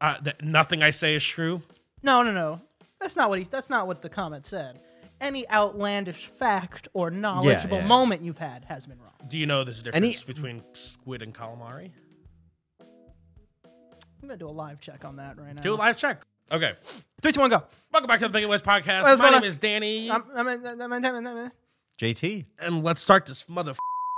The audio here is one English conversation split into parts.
uh, that nothing I say is true. No, no, no. That's not what he. That's not what the comment said. Any outlandish fact or knowledgeable yeah. moment you've had has been wrong. Do you know there's a Any- difference between squid and calamari? I'm gonna do a live check on that right now. Do a live check. Okay. Three, two, one, go. Welcome back to the Big West podcast. What's My going name on? is Danny, I'm, I'm, I'm, I'm, I'm, I'm- JT. and let's start this mother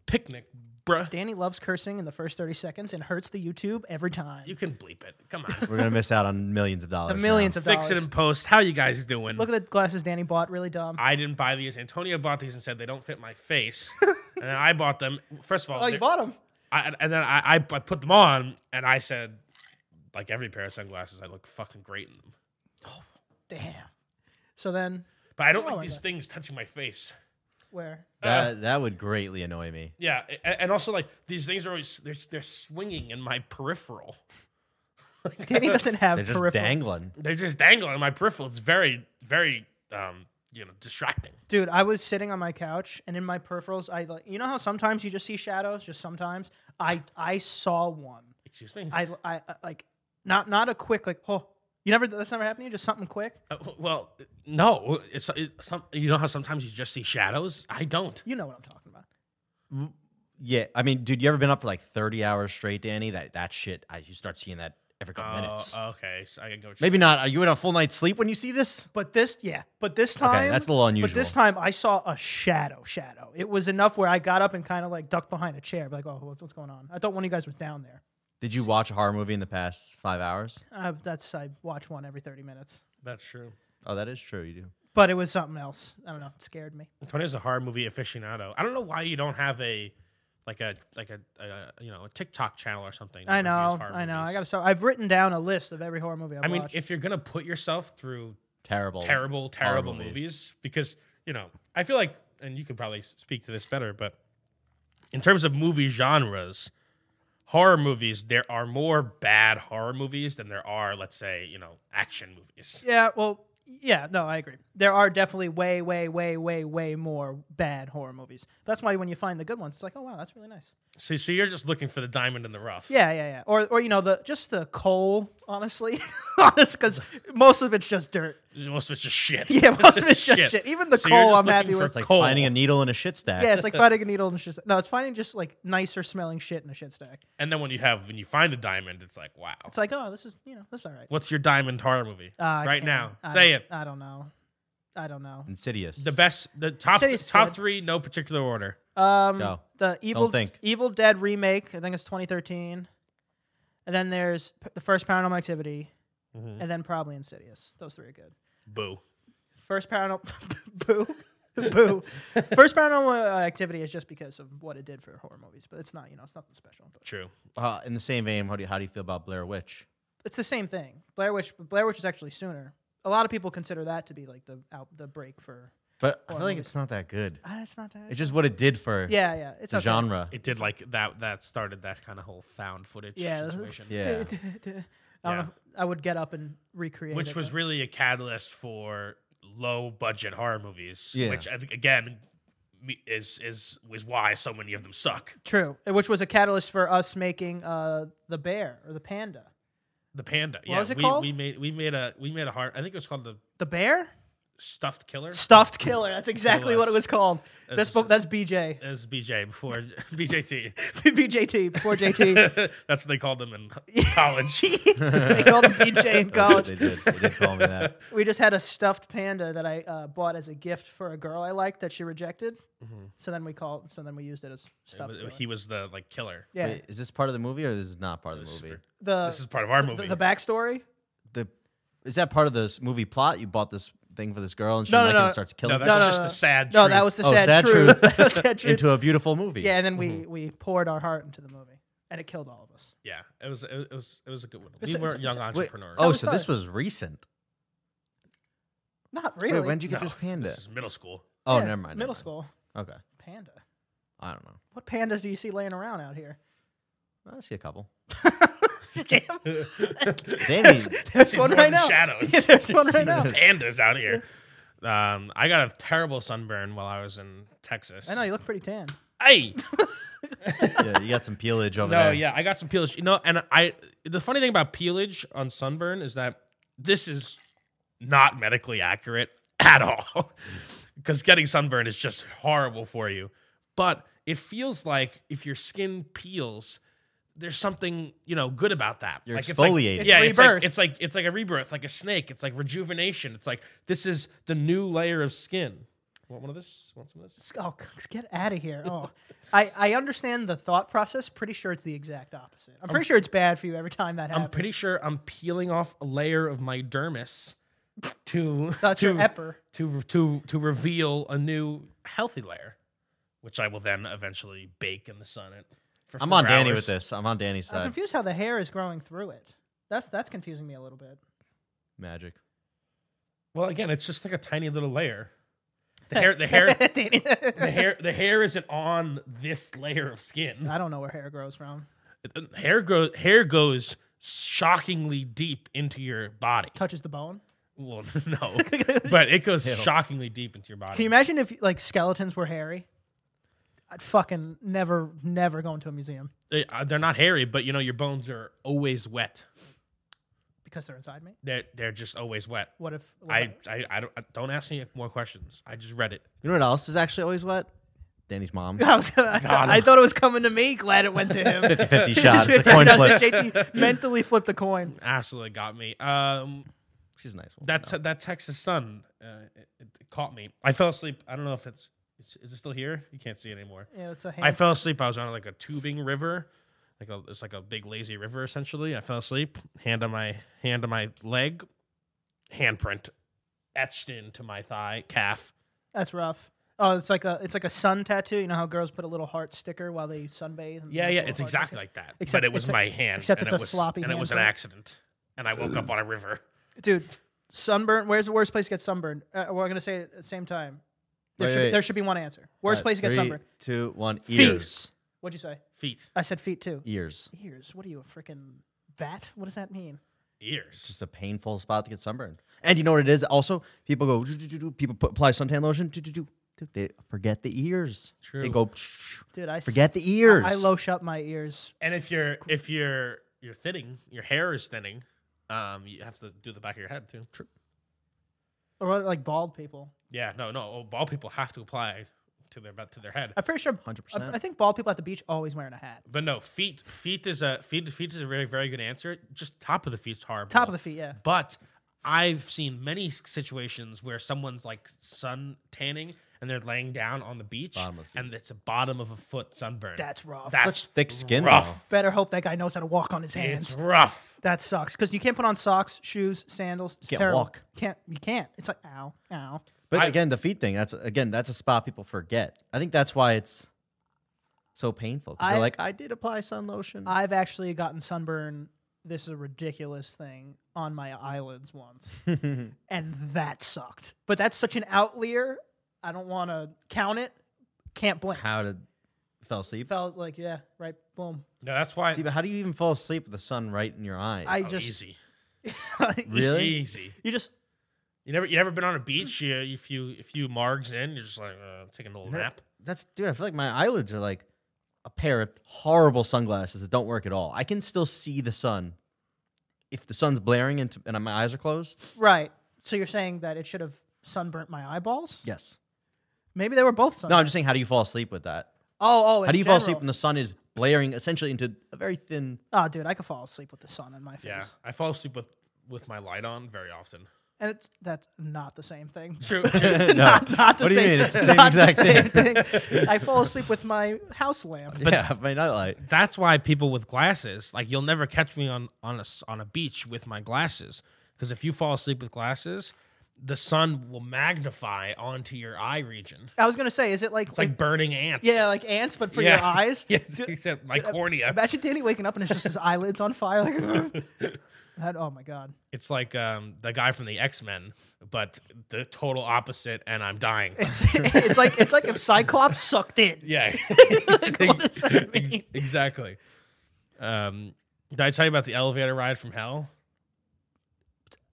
picnic, bruh. Danny loves cursing in the first 30 seconds and hurts the YouTube every time. You can bleep it. Come on. We're gonna miss out on millions of dollars. the millions of Fix dollars. it in post. How you guys doing? Look at the glasses Danny bought. Really dumb. I didn't buy these. Antonio bought these and said they don't fit my face. and then I bought them. First of all, oh, you they're- bought them. I, and then I, I, I put them on and I said, like every pair of sunglasses, I look fucking great in them. Damn. So then, But I don't like my these God. things touching my face. where? That, that would greatly annoy me. Yeah, a- and also like these things are always they're, they're swinging in my peripheral. Danny doesn't have They're just peripheral. dangling. They're just dangling in my peripheral. It's very very um you know distracting. Dude, I was sitting on my couch and in my peripherals, I like you know how sometimes you just see shadows, just sometimes. I I saw one. Excuse me. I I I- like not not a quick like oh you never that's never happened to you just something quick. Uh, w- well, no, it's, it's some, you know how sometimes you just see shadows. I don't. You know what I'm talking about. Yeah, I mean, dude, you ever been up for like thirty hours straight, Danny? That that shit, I, you start seeing that every couple minutes. Oh, okay, so I can go. Maybe not. Are you in a full night's sleep when you see this? But this yeah, but this time that's a little But this unusual. time I saw a shadow shadow. It was enough where I got up and kind of like ducked behind a chair like oh what's what's going on? I thought one of you guys was down there. Did you watch a horror movie in the past five hours? Uh, that's I watch one every 30 minutes. that's true. Oh, that is true. You do. But it was something else. I don't know, it scared me. Tony's a horror movie aficionado. I don't know why you don't have a like a like a, a you know a TikTok channel or something. that I reviews know, horror I know. I movies. gotta stop. I've written down a list of every horror movie I've I mean, watched. if you're gonna put yourself through Terrible. terrible, terrible movies. movies. because you know I feel like, and you could probably s- speak to this better, but in terms of movie genres, horror movies there are more bad horror movies than there are, let's say, you know, action movies. Yeah, well, yeah, no, I agree. There are definitely way, way, way, way, way more bad horror movies. That's why when you find the good ones, it's like, oh wow, that's really nice. So, so you're just looking for the diamond in the rough. Yeah, yeah, yeah. Or, or you know, the just the coal, honestly, honest, because most of it's just dirt. most of it's just shit. Yeah, most of it's just shit. Even the So you're coal just I'm happy looking for with. It's like coal. finding a needle in a shit stack. Yeah, it's like finding a needle and shit. No, it's finding just like nicer smelling shit in a shit stack. And then when you have when you find a diamond, it's like wow. It's like, oh, this is you know, this is all right. What's your diamond horror movie Uh, I right can't- now? I Say don't- it. I don't know. I don't know. Insidious. The best, the top City's top good. three, no particular order. Um, Go. the Evil think. Evil Dead remake. I think it's 2013. And then there's p- the first Paranormal Activity, Mm-hmm. and then probably Insidious. Those three are good. Boo. First Paranormal, boo, boo. First Paranormal uh, Activity is just because of what it did for horror movies, but it's not. You know, it's nothing special. But True. Uh, in the same vein, how do you, how do you feel about Blair Witch? it's the same thing. Blair Witch. Blair Witch is actually sooner. A lot of people consider that to be like the out the break for. But I feel Well, like it's- it's not that good. Ah, it's not that. It's just what it did for yeah, yeah. It's the okay. genre. It did like that. That started that kind of whole found footage Yeah. situation, Yeah. I don't Yeah. know. if- I would get up and recreate. which it, was but- really a catalyst for low budget horror movies. Yeah. Which I think again me- is is is why so many of them suck. True, which was a catalyst for us making uh, the bear or the panda. The panda. yeah, was it we, called? we made we made a we made a horror. I think it was called the The bear Stuffed Killer. stuffed killer. That's exactly what it was. was called. That's- That's bu- that's BJ, As BJ before BJT. BJT before JT. That's what they called them in college. they called him BJ in they college. did. They did call me that. We just had a stuffed panda that I uh, bought as a gift for a girl I liked that she rejected. So then we called. So then we used it as It stuffed. was- killer. he was the like killer. yeah, Wait, is this part of the movie or this is not part of the This is movie? the, This is part of our Uh, the movie. the backstory. The is that part of this movie plot? You bought this thing for this girl and she No, no, didn't like it no. and starts no, killing that's no, no, just no. the sad. No, truth. that was the Oh, sad, sad truth. truth. That was sad people truth. into a beautiful movie. yeah, and then we we poured our heart into the movie, and it killed all of us. Yeah, it was it was it was a good one. It's- we were it's- young it's- Wait, entrepreneurs. oh, we so this was recent. Not really. Wait, when did you get No, this panda? This is middle school. oh, Yeah, never mind. Middle never mind. school Okay, panda. I don't know. What pandas do you see laying around out here? I see a couple. Damn. Danny, There's He's one more right than now. Shadows. Yeah, there's one He's right now. seen Pandas out here. Um, I got a terrible sunburn while I was in Texas. I know you look pretty tan. Hey, yeah, you got some peelage over No, there. yeah, I got some peelage. You know, and I the funny thing about peelage on sunburn is that this is not medically accurate at all. Because getting sunburn is just horrible for you. But it feels like if your skin peels, there's something, you know, good about that. You're like It's exfoliating. like, It's yeah, it's like, rebirth. it's like it's like a rebirth, like a snake. It's like rejuvenation. It's like this is the new layer of skin. Want one of this? Want some of this? Oh, c- get out of here. Oh, I, I understand the thought process. Pretty sure it's the exact opposite. I'm pretty sure it's bad for you every time that happens. I'm pretty sure I'm peeling off a layer of my dermis to That's to, your Epper. to to to reveal a new healthy layer, which I will then eventually bake in the sun. At, for I'm four on Danny with hours. this. I'm on Danny's I'm side. confused how the hair is growing through it. That's that's confusing me a little bit. Magic. Well, again, it's just like a tiny little layer. The hair, the hair, Danny. the hair, the hair isn't on this layer of skin. I don't know where hair grows from. Hair goes, hair goes shockingly deep into your body. Touches the bone. Well, no, but it goes Ew. shockingly deep into your body. Can you imagine if like skeletons were hairy? I'd fucking never, never go into a museum They- uh, they're not hairy, but you know your bones are always wet. because they're inside me. They're they're just always wet. What if what I I, I don't don't ask me more questions. I just read it. You know what else is actually always wet? Danny's mom. I, was gonna, I, thought, I thought it was coming to me. Glad it went to him. 50 shot. It's a coin No, flip. JT mentally flipped a coin. Absolutely got me. Um, She's a nice. One. that te- that Texas sun uh, it, it caught me. I fell asleep. I don't know if it's is- is it still here. You can't see it anymore. Yeah, it's a I hand. fell asleep. I was on like a tubing river, like a, it's like a big lazy river essentially. I fell asleep. Hand on my hand on my leg, handprint etched into my thigh calf. That's rough. Oh, it's like a it's like a sun tattoo. You know how girls put a little heart sticker while they sunbathe. And Yeah, yeah, that's a it's little heart exactly like that. Except but it was it's a- my hand. except and it's it a was, sloppy And it hand was an print. accident. And I woke up on a river. sticker. dude. Sunburn. Where's the worst place to get sunburned? Uh, we're gonna say it at the same time. There, Wait, should, wait. Be, there should be one answer. Worst place to get sunburned. Uh, Two, one. Feet. Ears. What'd you say? Feet, I said feet too. Ears. Ears. What are you, a freaking bat? What does that mean? ears. Just a painful spot to get sunburned. And you know what it is? Also, people go. "Doo, doo, doo, doo." People put, apply suntan lotion. "Doo, doo, doo." Dude, They forget the ears. They True. go. Dude, I s- Forget the ears. I loche up my ears. And if you're if you're you're thinning, your hair is thinning. Um, you have to do the back of your head too. True. Or what, like bald people. Yeah, no, no. oh, Bald people have to apply to their to their head. I'm pretty sure. 100%. I, I think bald people at the beach always wearing a hat. But no, feet feet is a feet feet is a very very good answer. Just top of the feet's horrible. Top of the feet, yeah. But I've seen many s- situations where someone's like sun tanning and they're laying down on the beach Bottom of the and it's a bottom of a foot sunburn. That's rough. That's Such thick skin. rough. Better hope that guy knows how to walk on his hands. It's rough. That sucks because you can't put on socks, shoes, sandals. It's Can't terrible. walk. Can't you can't? It's like ow, ow. But I- again, the feet thing, that's again, that's a spot people forget. I think that's why it's so painful. Because I- they're like, I did apply sun lotion. I've actually gotten sunburn. This is a ridiculous thing on my eyelids once, and that sucked. But that's such an outlier. I don't want to count it. Can't blink. how to fell asleep. Felt like yeah, right, boom. No, that's why. See, but how do you even fall asleep with the sun right in your eyes? I Oh, just easy. Really? Easy. You just You never you never been on a beach? You you few a few margs in, you're just like uh, taking a little That- nap. That's dude, I feel like my eyelids are like a pair of horrible sunglasses that don't work at all. I can still see the sun. If the sun's blaring and, t- and my eyes are closed, right. So you're saying that it should have sunburnt my eyeballs? yes. Maybe they were both No, sunburned. I'm just saying, how do you fall asleep with that? oh, oh. How do you fall asleep when the sun is blaring essentially into a very thin? Oh, dude, I could fall asleep with the sun in my face. Yeah, I fall asleep with with my light on very often. And it's that's not the same thing. True. not, not the What do you same, mean? It's the same not exact thing. thing. I fall asleep with my house lamp. yeah, my nightlight. That's why people with glasses, like you'll never catch me on on a s- on a beach with my glasses, because if you fall asleep with glasses, the sun will magnify onto your eye region. I was gonna say, is it like, It's like burning ants. yeah, like ants, but for Yeah. your eyes? uh, Yes, except my cornea. Imagine Danny waking up and it's just his eyelids on fire. Like, that, oh my god. It's like um, the guy from the X Men, but the total opposite, and I'm dying. It's, it's like it's like if Cyclops sucked in. Yeah. Like, what does that mean? exactly. Um, did I tell you about the elevator ride from hell?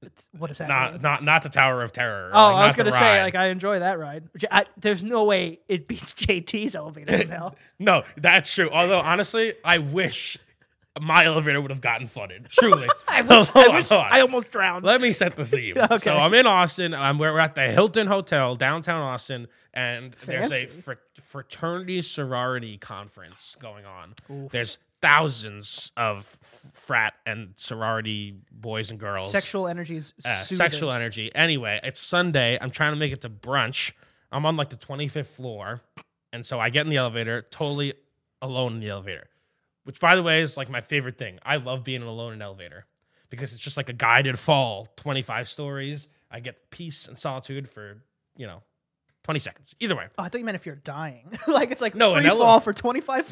It's- what is Not happening? not not the Tower of Terror. oh, like, I was not the gonna say ride. like I enjoy that ride. Which I, there's no way it beats JT's elevator now. No, that's true. Although honestly, I wish my elevator would have gotten flooded. Truly, I wish, Hold I, on, wish hold on. I almost drowned. Let me set the scene. Okay. So I'm in Austin. I'm we're at the Hilton Hotel downtown Austin, and there's a Fancy. fr- fraternity sorority conference going on. There's thousands of frat and sorority boys and girls. Sexual energy is uh, soothing. sexual energy. Anyway, it's Sunday. I'm trying to make it to brunch. I'm on like the 25th floor. And so I get in the elevator, totally alone in the elevator, which by the way is like my favorite thing. I love being alone in an elevator because it's just like a guided fall, 25 stories. I get peace and solitude for, you know, 20 seconds. Either way. Oh, I thought you meant if you're dying. like it's like No, no, an free ele- fall for 25.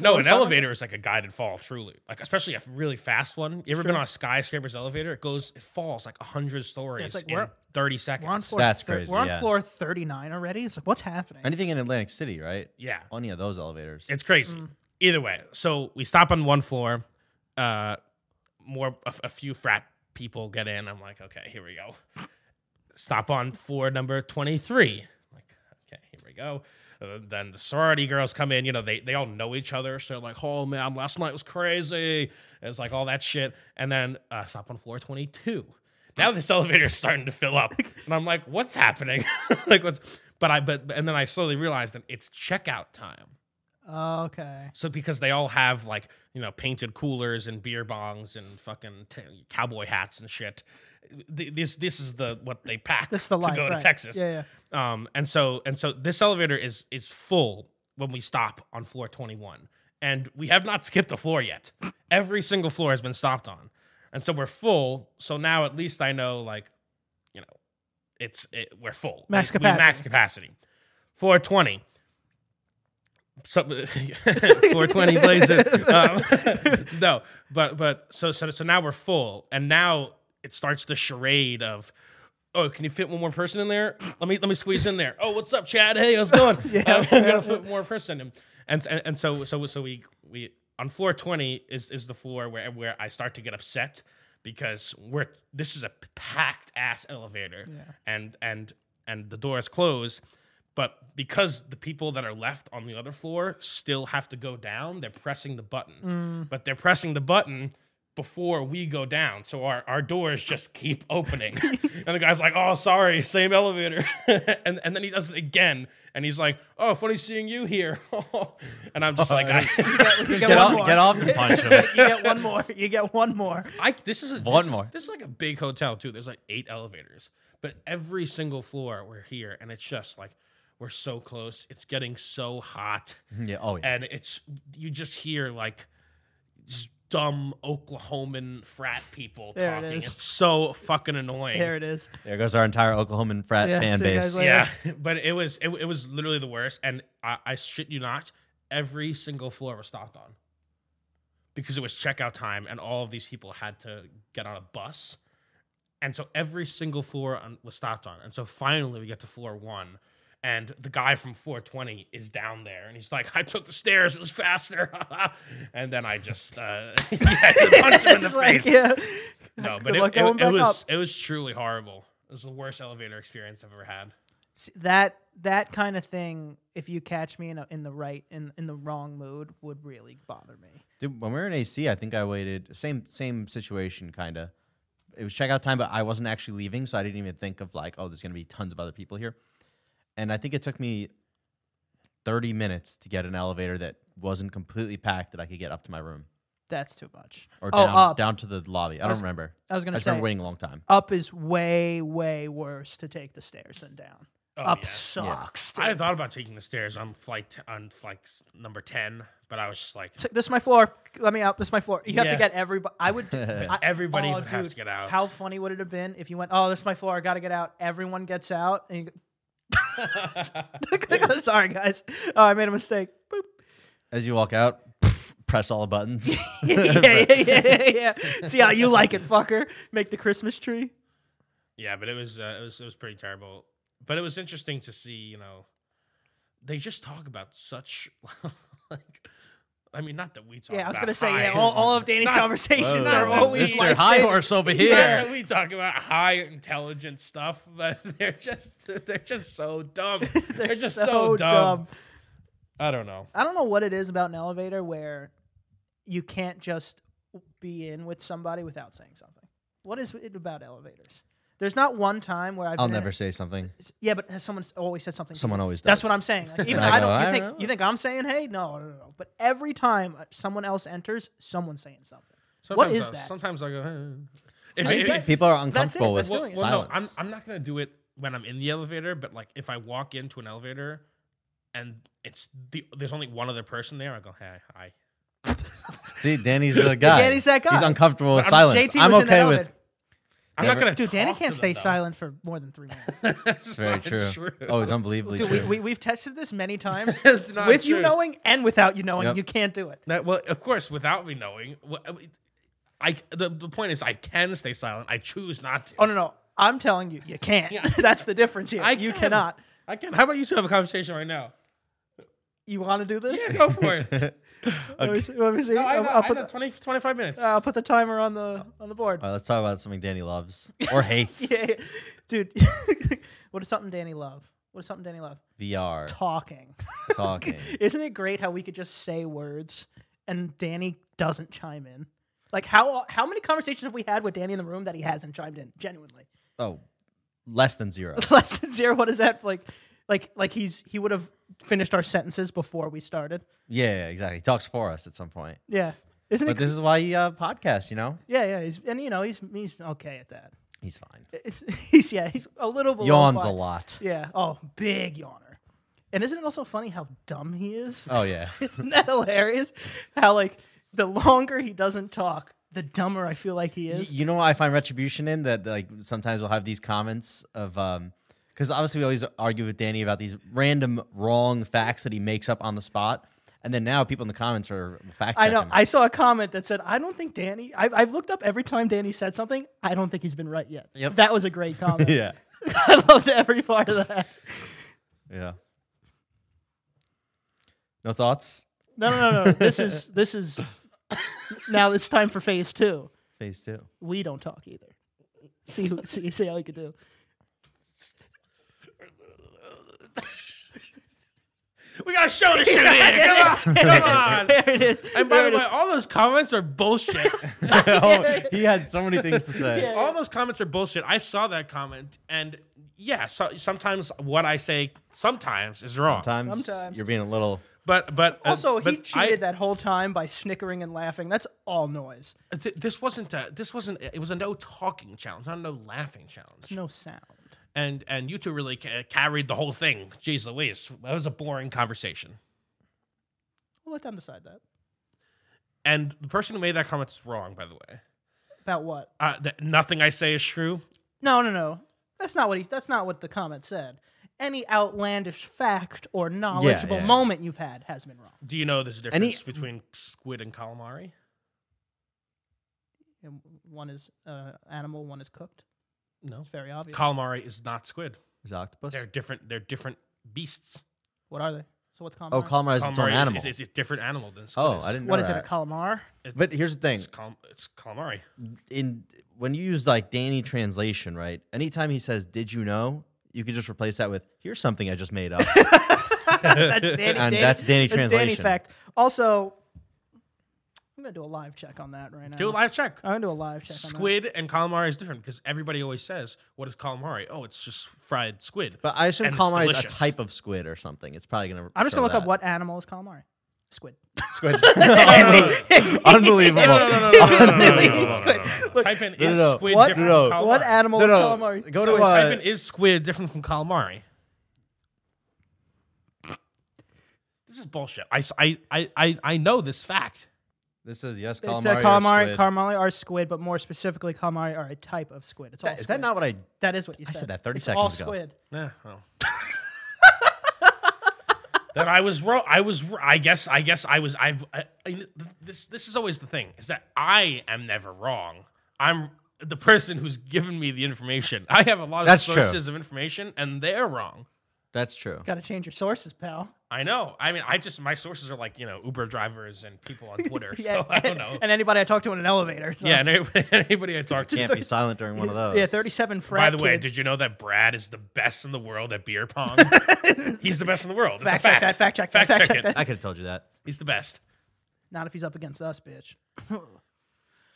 No, floors an by myself. elevator is like a guided fall, truly. Like especially a really fast one. You ever been on a skyscraper's elevator? It goes, it falls like hundred stories like, in we're- thirty seconds. We're on floor. That's thir- crazy, We're on yeah. floor 39 already. It's like what's happening? Anything in Atlantic City, right? yeah, Any of those elevators. It's crazy. Either way, so we stop on one floor. Uh, more a, a few frat people get in. I'm like, okay, here we go. Stop on floor number 23. Like, okay, here we go. Uh, then the sorority girls come in. You know, they they all know each other, so they're like, oh man, last night was crazy. It's like all that shit. And then uh, stop on floor 22. Now this elevator is starting to fill up, and I'm like, what's happening? like, what's? But I but and then I slowly realized that it's checkout time. Oh, Okay. So because they all have like you know painted coolers and beer bongs and fucking t- cowboy hats and shit. Th- This this is the what they pack This is the to life. go right. to Texas. Yeah, yeah. Um, and so and so this elevator is is full when we stop on floor 21, and we have not skipped a floor yet. Every single floor has been stopped on, and so we're full. So now at least I know like, you know, it's it, we're full. Max We- we max capacity. capacity. Floor 20. So, 420 blaze it. Um, no, but but so so so now we're full, and now it starts the charade of, oh, can you fit one more person in there? Let me let me squeeze in there. Oh, what's up, Chad? Hey, how's it going? Uh, yeah, I'm gonna fit more person. in. And and and so so so we we on floor 20 is is the floor where where I start to get upset because we're this is a packed ass elevator, and and and the door is closed. But because the people that are left on the other floor still have to go down, they're pressing the button. But they're pressing the button before we go down. So our, our doors just keep opening. and the guy's like, oh, sorry, same elevator. and, and then he does it again. And he's like, oh, funny seeing you here. and I'm just like, I, You get, off, get off and punch him. you get one more. You get one more. I this is a, One this is- more. this is like a big hotel too. There's like eight elevators, but every single floor we're here, and it's just like we're so close. It's getting so hot, Yeah. Oh yeah. and it's you just hear like just dumb Oklahoman frat people There it talking. is. It's so fucking annoying. There it is. There goes our entire Oklahoman frat Yeah, fan see you guys base. later. yeah, but it was it, it was literally the worst, and I, I shit you not, every single floor was stopped on because it was checkout time, and all of these people had to get on a bus, and so every single floor on, was stopped on, and so finally we get to floor one. And the guy from 420 is down there, and he's like, "I took the stairs; it was faster." and then I just, uh, yeah, just punched him in the It's like, face. yeah. No, but Good it, luck it- going it back was up. it was truly horrible. It was the worst elevator experience I've ever had. See, that that kind of thing. If you catch me in, a, in the right in in the wrong mood, would really bother me. Dude, when we were in AC, I think I waited same same situation kind of. It was checkout time, but I wasn't actually leaving, so I didn't even think of like, oh, there's gonna be tons of other people here. And I think it took me 30 minutes to get an elevator that wasn't completely packed that I could get up to my room That's too much. or oh, down, up. down to the lobby. I don't remember. I was I gonna just say remember waiting a long time. up is way way worse to take the stairs than down. Oh, up yeah. sucks. I dude. had thought about taking the stairs on flight t- on flight s- number ten, but I was just like, It's like, this is my floor. Let me out. This is my floor. You have Yeah. to get everybody. I would. I, everybody oh, would have to dude, get out. How funny would it have been if you went, "Oh, this is my floor. I got to get out." Everyone gets out, and you go, "Sorry, guys. Oh, I made a mistake." Boop. As you walk out, press all the buttons. yeah, yeah, yeah, yeah, yeah. See how you like it, fucker. Make the Christmas tree. yeah, but it was uh, it was it was pretty terrible. But it was interesting to see, you know, they just talk about such like I mean, Oh, not that we talk. Yeah, I was about gonna say high yeah. All, all of Danny's Not- conversations Whoa, are always Mr. like Oh, High Horse over here. Yeah, we talk about high intelligent stuff, but they're just they're just so dumb. They're, they're, just so, dumb. I don't know. I don't know what it is about an elevator where you can't just be in with somebody without saying something. What is it about elevators? There's not one time where I've I'll been in never say something. a- yeah, but has someone s- always said something? to Someone you? always That's does. what I'm saying. Like, even I I, go, don't. You "I think don't you think I'm saying hey? No, no, no, no. But every time uh, someone else enters, someone's saying something. Sometimes is I, that? Sometimes I go. "Eh." I If, think if- Sometimes- if- people are it, uncomfortable that's with doing it. well, no, I'm silence. I'm not gonna do it when I'm in the elevator. But like, if I walk into an elevator and it's the there's only one other person there, I go hey hi. See, Danny's the guy. Danny's that guy. He's uncomfortable with I'm- silence. JT I'm was in okay that with. elevator. I'm not gonna. Dude, Danny talk to can't them, stay though. silent for more than three minutes. That's Very not true. Oh, it's unbelievably Dude, we, true. we, we've tested this many times It's not with you true. knowing and without you knowing. Yep. You can't do it. That, well, of course, without me knowing, wh- I mean, I the, the point is I can stay silent. I choose not to. Oh no, no, I'm telling you, you can't. Yeah. That's the difference here. I you can. cannot. I can. How about you two have a conversation right now? You want to do this? Yeah, go for it. Let me see. Let me see. No, I I'll, know, I'll I put know Oh. Uh, the, 20, 25 minutes. I'll put the timer on the on the board. All right, let's talk about something Danny loves or hates. yeah, yeah. dude. what is something Danny love? What is something Danny love? VR Talking. talking. Isn't it great how we could just say words and Danny doesn't chime in? Like how how many conversations have we had with Danny in the room that he hasn't chimed in? Genuinely, Oh, less than zero. less than zero. What is that like? Like like he's he would have finished our sentences before we started. Yeah, yeah, exactly. He talks for us at some point. Yeah, isn't it? But this is why he uh, podcasts. You know, yeah, yeah. He's and you know he's he's okay at that. he's fine. he's yeah he's a little below Yawns a five. lot. Yeah. Oh, big yawner. And isn't it also funny how dumb he is? Oh yeah. Isn't that hilarious? How like the longer he doesn't talk, the dumber I feel like he Y- is. You know what I find retribution in that like sometimes we'll have these comments of um because obviously we always argue with Danny about these random wrong facts that he makes up on the spot. And then now people in the comments are fact I checking. know. I saw a comment that said, "I don't think Danny." I've, I've looked up every time Danny said something. I don't think he's been right yet. Yep. That was a great comment. yeah. I loved every part of that. Yeah. No thoughts? No, no, no, no. This is this is now. It's time for phase two. Phase two. We don't talk either. See who see see how he could do. we gotta show this shit. in. Come on, come on. There it is. And by the There it way, uh, is. all those comments are bullshit. oh, he had so many things to say. Yeah. all those comments are bullshit. I saw that comment, and yeah, so, sometimes what I say sometimes is wrong. Sometimes, Sometimes. you're being a little But but uh, Also, he but I- cheated that whole time by snickering and laughing. That's all noise. th- this wasn't a, this wasn't it was a no talking challenge, not a no laughing challenge. No sound. And and you two really ca- carried the whole thing. Jeez Louise, that was a boring conversation. We'll let them decide that. And the person who made that comment is wrong, by the way. About what? Uh, that nothing I say is true. No, no, no. That's not what he. That's not what the comment said. Any outlandish fact or knowledgeable yeah. moment you've had has been wrong. Do you know there's a Any- difference between squid and calamari? And One is uh, animal. One is cooked. No, It's very obvious. calamari is not squid. is it octopus. They're different. They're different beasts. what are they? So what's calamari? Oh, calamari is its own Calamari is, animal. is, is a different animal than squid. oh, is. I didn't know. What is it? A that. calamar? It's, But here's the thing. it's, cal- it's calamari. in when you use like Danny translation, right? Anytime he says "Did you know," you can just replace that with "Here's something I just made up." that's Danny. And that's Danny Danny translation. fact. Also, I'm gonna do a live check on that right now. Do a live check. I'm gonna do a live check. on that. Squid and calamari is different because everybody always says, "What is calamari?" Oh, it's just fried squid. But I assume And it's calamari is a delicious. type of squid or something. It's probably gonna. I'm just show gonna look up that. what animal is calamari. Squid. squid. Unbelievable. Unbelievable. no, no, no, no, no, no, no, no, no, no, no, no, Squid. no, no, no. Look. Type in No, is no, no. squid What- different no, from no. calamari. What animal No, is no, calamari? Go to So uh, type in is squid different from calamari. This is bullshit. I, s- I- I- I- I know this fact. this is yes calamari. It's uh, or calamari. squid. Calamari are squid, but more specifically, calamari are a type of squid. It's all That- Is squid. that not what I? That is what you I said. said that 30 It's all seconds ago. squid. Eh, well. that I was wrong. I was. wr- I guess. I guess I was. I've. I, I- this. This is always the thing. Is that I am never wrong. I'm the person who's given me the information. I have a lot of That's true. sources of information, and they're wrong. That's true. Got to change your sources, pal. I know. I mean, I just my sources are like you know Uber drivers and people on Twitter, Yeah, so I don't know. And anybody I talk to in an elevator. So. yeah, and anybody, anybody I talk to. Can't be silent during one of those. Yeah, 37 frat By the way, kids. did you know that Brad is the best in the world at beer pong? He's the best in the world. It's a Fact fact, check that, fact check that, fact check it. that. I could have told you that. He's the best. Not if he's up against us, bitch. I feel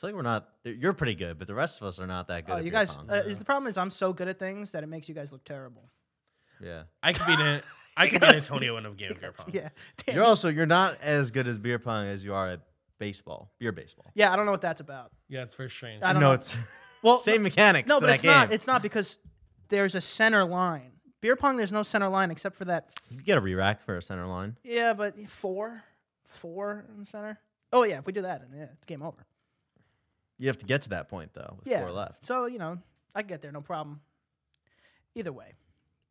like we're not. You're pretty good, but the rest of us are not that good. Oh, at you beer guys. pong. Uh, is the problem is I'm so good at things that it makes you guys look terrible. yeah. I could beat an, I could beat Antonio in a game of beer pong. Yeah. Damn. Oh. You're also you're not as good as beer pong as you are at baseball, beer baseball. yeah, I don't know what that's about. Yeah, it's very strange. I don't no, know. it's Well, same mechanics. No, to but that it's not. game. It's not because there's a center line. Beer pong, there's no center line except for that. f- You get a re-rack for a center line. Yeah, but four, four in the center. Oh yeah, if we do that, then yeah, it's game over. You have to get to that point though. With Yeah. four left. So you know, I can get there, no problem. Either way,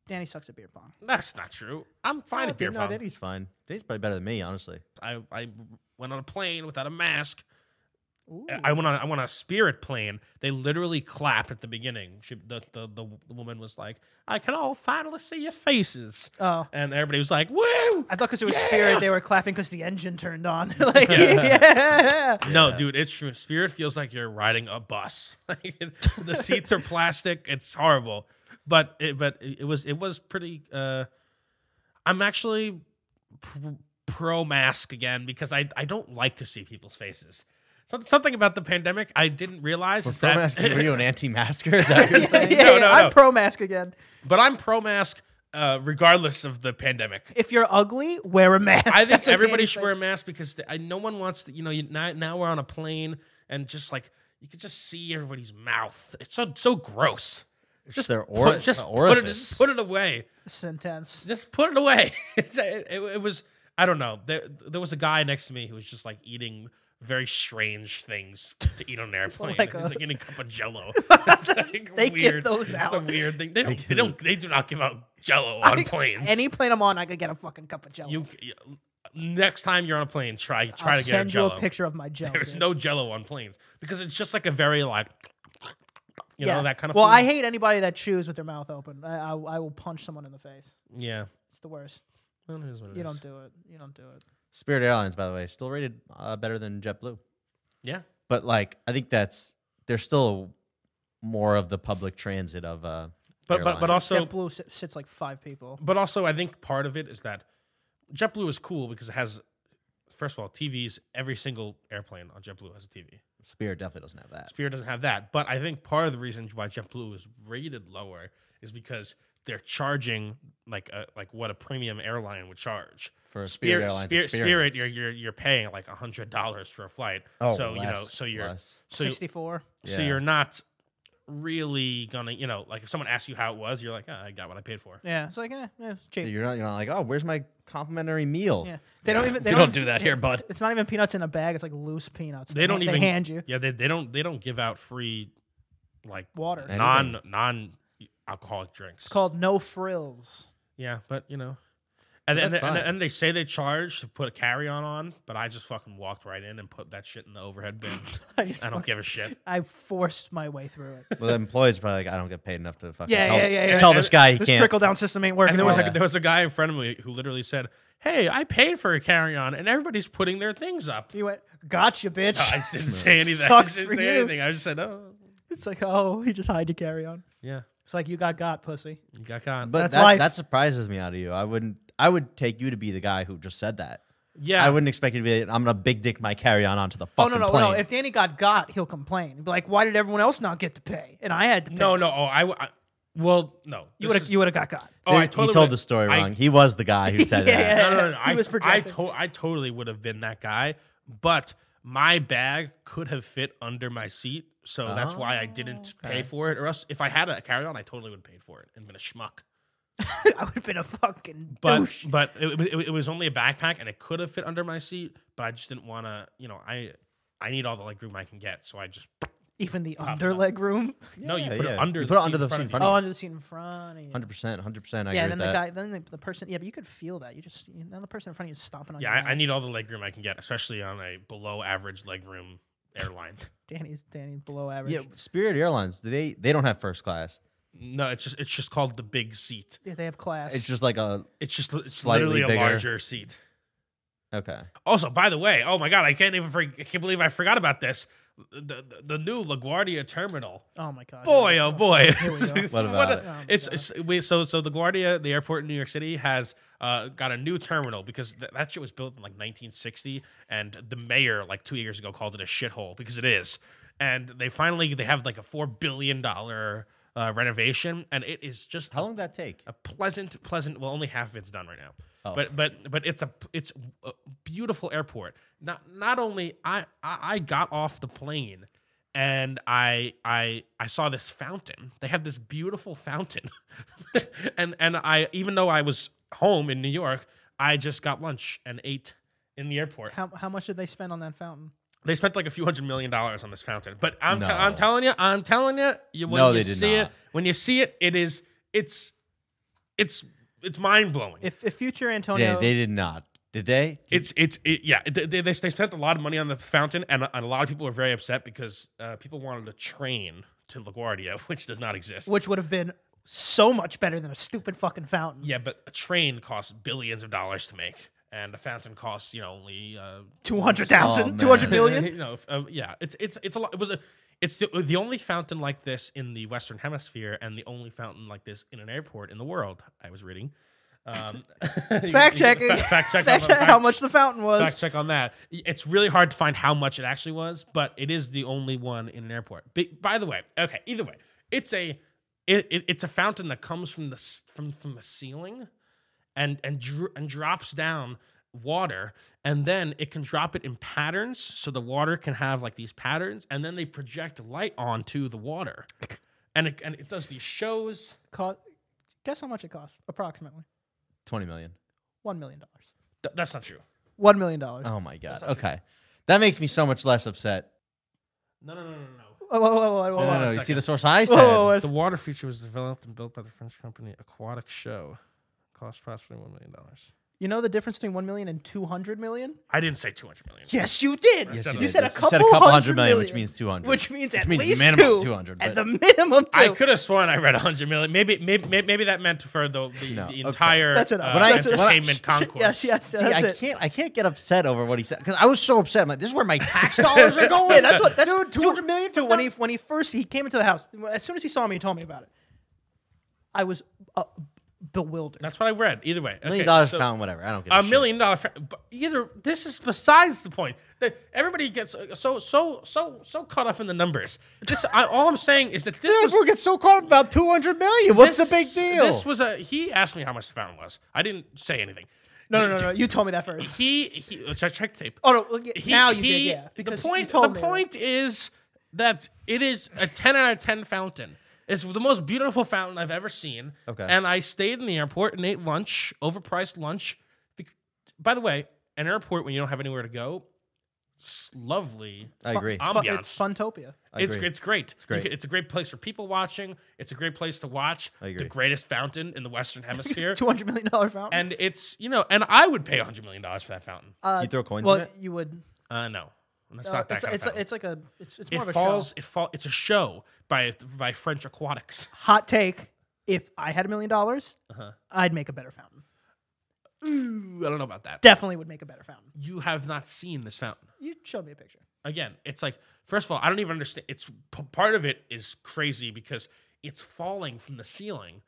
Danny sucks at beer pong. That's not true. I'm fine No, at beer no, pong. Danny's fine. Danny's probably better than me, honestly. I, I went on a plane without a mask. Ooh. I went on I went on a spirit plane. They literally clap at the beginning. She, the, the the woman was like, "I can all finally see your faces," oh. and everybody was like, "Woo!" I thought because it was Yeah. Spirit, they were clapping because the engine turned on. like, yeah. No, dude, it's true. Spirit feels like you're riding a bus. Like, it- the seats are plastic. It's horrible. But it, but it it was it was pretty. Uh, I'm actually pr- pro mask again because I I don't like to see people's faces. Some- Something about the pandemic I didn't realize is that Pro-mask, were you an anti-masker? Is that what you're Yeah, saying? yeah, No, yeah. no, I'm no. pro mask again. But I'm pro mask, uh, regardless of the pandemic. If you're ugly, wear a mask. I think That's okay everybody to should say. wear a mask because th- I, no one wants to. You know, you, now, now we're on a plane and just like you can just see everybody's mouth. It's so so gross. Just their Put- or just put it, orifice. just put it away. This is intense. Just put it away. It's- it, it- it was. I don't know. There, there was a guy next to me who was just like eating very strange things to eat on Oh an airplane. Like Like a- like eating a cup of Jello. They give those It's a out. weird thing. They don't. They give- don't. They do not give out Jello on I- planes. Any plane I'm on, I could get a fucking cup of jello. You you- next time you're on a plane, try try I'll to get a send you jello. a picture of my jello. There's dude. no jello on planes because it's just like a very like you know that kind of Well, food. I hate anybody that chews with their mouth open. I, I, I will punch someone in the face. yeah. It's the worst. Well, it is what it You is. don't do it. You don't do it. Spirit Airlines, by the way, still rated uh, better than JetBlue. Yeah. But like, I think that's there's still more of the public transit of. Uh, But but but airlines. also JetBlue si- sits like five people. but also I think part of it is that JetBlue is cool because it has first of all TVs. Every single airplane on JetBlue has a TV. Spirit definitely doesn't have that. Spirit doesn't have that. But I think part of the reason why JetBlue is rated lower is because they're charging like a, like what a premium airline would charge. For a Spirit Spirit, Airlines Spirit, Spirit, experience. you're you're you're paying like hundred dollars for a flight. Oh, so you know, less, so you're less. so you- Sixty-four. so Yeah. you're not really gonna you know like if someone asks you how it was, you're like, "Ah, I got what I paid for. Yeah, it's like eh, yeah, it's cheap. You're not. You're not like, oh, where's my complimentary meal? yeah, they don't even. They We don't, don't do that here, bud. It's not even peanuts in a bag. It's like loose peanuts. They don't they even hand you Yeah, they, they don't they don't give out free like water. Anything. non non alcoholic drinks. It's called no frills. Yeah, but you know. And, But and, that's and, fine. and they say they charge to put a carry on on, but I just fucking walked right in and put that shit in the overhead bin. I just I fuck- don't give a shit. I forced my way through it. Well, the employees are probably like, I don't get paid enough to fucking Yeah, tell, yeah, yeah, yeah. tell this guy he This can't. trickle down system ain't working. And there was well. a, there was a guy in front of me who literally said, "Hey, I paid for a carry on, and everybody's putting their things up." You went, gotcha, bitch. I just didn't say anything. Sucks I didn't for say you. anything. I just said, "Oh, It's like, oh, he just hired to carry on. yeah, It's like you got got pussy. you got caught." But That's that, life. that surprises me out of you. I wouldn't. I would take you to be the guy who just said that. yeah, I wouldn't expect you to be. I'm gonna big dick my carry on onto the Oh fucking no, no, plane. no. If Danny got got, he'll complain. He'd be like, why did everyone else not get to pay? And I had to pay. No, no. Oh, I, w- I- well, no. this You would is- have you would have got got. oh, I They- totally he told would've- the story I- wrong. He was the guy who said Yeah, that. no, no, no. no. He I, was projecting. I, to- I totally would have been that guy, but my bag could have fit under my seat, so that's why I didn't Oh, pay for it. Or else, if I had a carry on, I totally would have paid for it and been a schmuck. I would have been a fucking But douche. but it, it, it was only a backpack, and it could have fit under my seat, but I just didn't want to. You know, I I need all the leg room I can get, so I just Even the underleg room. no. You Yeah, put it yeah. under. You the put it seat under the in front of seat in you. front Oh, under the seat in front. Of you. Hundred percent. Hundred percent. I yeah, agree then with the that. guy, then the, the person. Yeah, but you could feel that. You just you, now the person in front of you is stomping on. Yeah, your I, I leg. need all the legroom I can get, especially on a below average legroom airline. Danny's Danny below average. Yeah, Spirit Airlines. They they don't have first class. No, it's just it's just called the big seat. Yeah, they have class. It's just like a It's just it's Slightly literally bigger. a larger seat. okay. Also, by the way, oh my god, I can't even for, I can't believe I forgot about this. The, the, the new LaGuardia terminal. oh my god. Boy, oh boy. Here we go. What What about a- it? Oh my Um, it's, God. it's we, so so the Guardia, the airport in New York City, has uh, got a new terminal because th- that shit was built in like 1960, and the mayor like two years ago called it a shithole because it is. And they finally they have like a four billion dollar uh, renovation, and it is just How long did that take? a pleasant, pleasant. Well, only half of it's done right now, Oh. but but but it's a it's a beautiful airport. Not not only I I, I got off the plane. And I I I saw this fountain. They have this beautiful fountain, and and I even though I was home in New York, I just got lunch and ate in the airport. How, how much did they spend on that fountain? They spent like a few hundred million dollars on this fountain. But I'm te- No. I'm telling you, I'm telling you, you when No, you they did see it, not. when you see it, it is it's it's it's mind blowing. If, if future They, Antonio, they did not. Did they? Did- It's it's it, yeah. They, they, they spent a lot of money on the fountain, and, and a lot of people were very upset because uh, people wanted a train to LaGuardia, which does not exist. which would have been so much better than a stupid fucking fountain. yeah, but a train costs billions of dollars to make, and a fountain costs you know only uh, Two hundred thousand, Oh, man. two hundred million. you know, uh, yeah. It's it's it's a lot. It was a. It's the, the only fountain like this in the Western Hemisphere, and the only fountain like this in an airport in the world. I was reading. Um, Fact checking. Fact, fact check. Fact on- check fact- how much the fountain was. fact check on that. It's really hard to find how much it actually was, but it is the only one in an airport. Be- by the way, okay. Either way, it's a it, it, it's a fountain that comes from the s- from from the ceiling, and and dro- and drops down water, and then it can drop it in patterns, so the water can have like these patterns, and then they project light onto the water, and it, and it does these shows. Co- guess how much it costs? Approximately Twenty million. one million dollars. Th- that's not true. One million dollars. Oh my god. Okay, that makes me so much less upset. No, no, no, no, no. Whoa, whoa, whoa, whoa, No, whoa. no, no. You see the source I Whoa, whoa, whoa. said. The water feature was developed and built by the French company Aquatic Show. Cost approximately one million dollars. You know the difference between one million and two hundred million? I didn't say two hundred million. Yes, you did. Yes, you you did. said a That's- couple, hundred million, which means two hundred. which means at means least minimum two, 200, at but- the minimum two. I could have sworn I read hundred million. Maybe, maybe, maybe maybe that meant for the, the, No, the okay. entire That's it. uh, When I- that's it. entertainment concourse. yes, yes, See, that's I it. can't. I can't get upset over what he said because I was so upset. I'm like, this is where my tax dollars are going. Yeah, that's what that's dude. Two hundred million. Dude, when he when he first he came into the house, as soon as he saw me, he told me about it. I was uh, bewildered. That's what I read. Either way, million Okay, dollars so pound. Whatever. I don't get A million dollar. fa- but Either this is besides the point. That everybody gets uh, so so so so caught up in the numbers. This I, all I'm saying is that this was People get so caught up about two hundred million. What's the big this- deal? This was a. He asked me how much the fountain was. I didn't say anything. no, no, no, no. You told me that first. He he. Check, check tape. Oh no! Look, He- now you did, he- yeah. Because the you point. told the me. point is that it is a ten out of ten fountain. It's the most beautiful fountain I've ever seen. Okay. And I stayed in the airport and ate lunch, overpriced lunch. Bec- By the way, an airport when you don't have anywhere to go, it's lovely. I agree. I'm- Fu- Ambiance. It's Funtopia. I it's agree. it's great. It's great. it's a great place for people watching. It's a great place to watch I the agree. greatest fountain in the Western Hemisphere. Two hundred million dollar fountain. and it's you know, and I would pay hundred million dollars for that fountain. uh, you throw coins well, in it? you would. Uh, no, that's uh, not that it's, kind it's, of fountain. it's like a. It's, it's more of it a falls. show. It fall. It's a show by by French Aquatics. Hot take: If I had a million dollars, I'd make a better fountain. I don't know about that. Definitely would make a better fountain. You have not seen this fountain. You showed me a picture. Again, it's like first of all, I don't even understand. It's p- part of it is crazy because it's falling from the ceiling,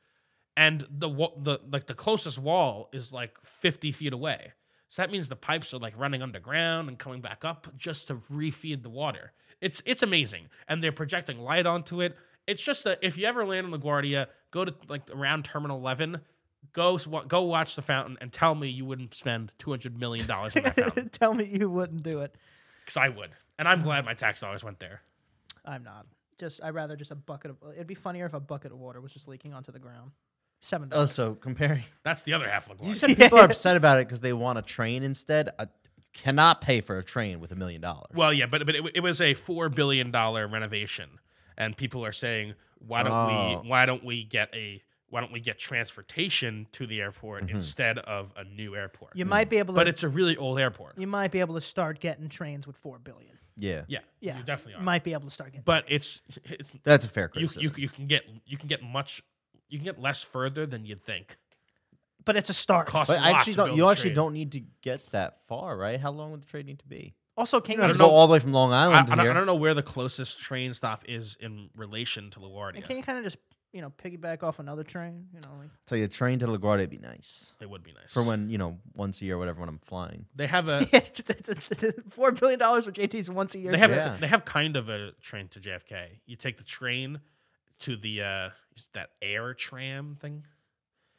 and the wa- the like the closest wall is like fifty feet away. So that means the pipes are like running underground and coming back up just to refeed the water. It's it's amazing, and they're projecting light onto it. It's just that if you ever land in LaGuardia, go to like around Terminal Eleven, go s- wa- go watch the fountain, and tell me you wouldn't spend two hundred million dollars on that fountain Tell me you wouldn't do it. because I would, and I'm glad my tax dollars went there. I'm not. Just I'd rather just a bucket of. It'd be funnier if a bucket of water was just leaking onto the ground. Seven Oh, dollars. so comparing. That's the other half of You LaGuardia. said people are upset about it because they want a train instead. I cannot pay for a train with a million dollars. Well, yeah, but but it, it was a four billion dollar renovation, and people are saying, why don't Oh. we why don't we get a why don't we get transportation to the airport Mm-hmm. instead of a new airport? You might be able to. but it's a really old airport. you might be able to start getting trains with four billion. Yeah. yeah, Yeah, you definitely are. might be able to start getting. but it's it's That's a fair you, criticism. you you can get you can get much you can get less further than you'd think. but it's a start. Costs but a lot actually, to don't, build you a actually train. don't need to get that far, right? How long would the trade need to be? Also, can You don't have you to know. go all the way from Long I, I Island to don't, here. I don't know where the closest train stop is in relation to LaGuardia. and can you kind of just you know piggyback off another train? You know, like Tell you, a train to LaGuardia would be nice It would be nice for when you know once a year, or whatever. When I'm flying, they have a yeah, it's just- it's- it's- it's four billion dollars for JT's once a year. they have Yeah. they have kind of a train to JFK. You take the train to the uh is that air tram thing.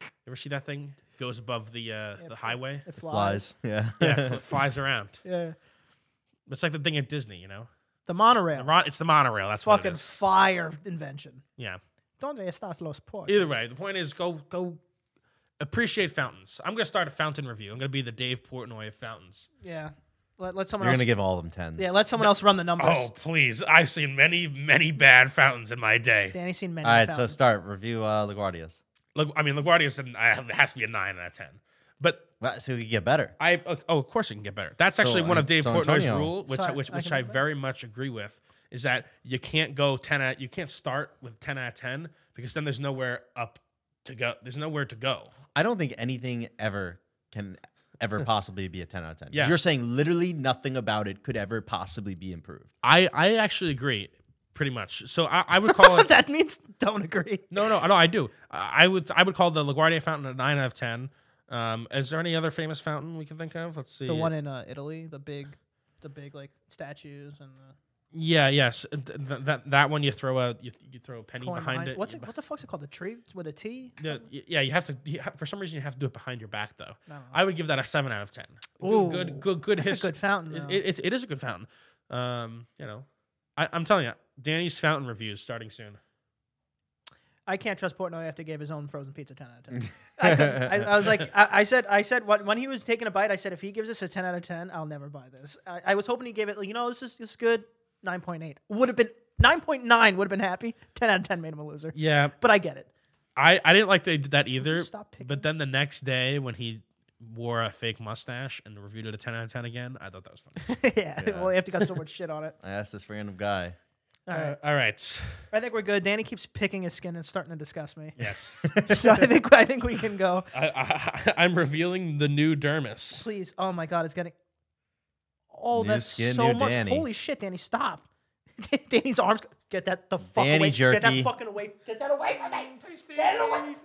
You ever see that thing? Goes above the uh, the fl- highway. it flies. flies. Yeah. yeah, fl- flies around. Yeah, It's like the thing at Disney, you know. the The monorail, ron- it's the monorail. That's what it fucking is. fire invention. Yeah. Donde estás los porcos? Either way, the point is go go appreciate fountains. I'm gonna start a fountain review. I'm gonna be the Dave Portnoy of fountains. Yeah, let, let someone You're else. gonna give all of them tens. yeah, let someone else run the numbers. Oh please! I've seen many many bad fountains in my day. Danny's seen many. All right, so fountains. start review uh, LaGuardia's. Look, I mean, LaGuardia's an, I, it has to be a nine out of ten. But Well, so we could get better. I oh, of course it can get better. That's So, actually one uh, of Dave so Portnoy's Antonio- rule, which So I- which I which can I do that? very much agree with, is that you can't go ten out. You can't start with ten out of ten because then there's nowhere up to go. There's nowhere to go. I don't think anything ever can ever possibly be a 10 out of 10. 'Cause Yeah. You're saying literally nothing about it could ever possibly be improved. I I actually agree pretty much. So I, I would call it. that means don't agree. No, no, no. I do. I I would. I would call the LaGuardia Fountain a nine out of ten. Um, is there any other famous fountain we can think of? Let's see. The one in uh, Italy, the big, the big like statues and the Yeah. Yes. Th- th- that that one you throw a you, you throw a penny coin behind, it. What's you it? beh- What the fuck's it called? A tree with a T? the- y- yeah, you have to. You ha- for some reason, you have to do it behind your back, though. I don't know. I would give that a seven out of ten. Good- Ooh, good, good, good. That's his- a good fountain. it- though. it, it's- it is a good fountain. Um, you know, I, I'm telling you, Danny's fountain reviews starting soon. I can't trust Portnoy after he gave his own frozen pizza ten out of ten. I, couldn't- I, I was like, I, I said, I said, what, when he was taking a bite, I said, if he gives us a ten out of ten, I'll never buy this. I, I was hoping he gave it, like, you know, this is this is good. Nine point eight would have been nine point nine would have been happy. Ten out of ten made him a loser, Yeah, but I get it. I, I didn't like they did that either. stop picking? But then the next day, when he wore a fake mustache and reviewed it a ten out of ten again, I thought that was funny. yeah, well, after got so much shit on it. I asked this random guy. All right, Uh, all right. I think we're good. Danny keeps picking his skin and starting to disgust me. Yes, so I think I think we can go. I, I, I'm revealing the new dermis. Please, oh my god, it's getting oh New that's skin, so new much. Danny. Holy shit, Danny, stop! Danny's arms. Get that the fuck Danny away. Get jerky. that fucking away. Get that away from me. Get it away.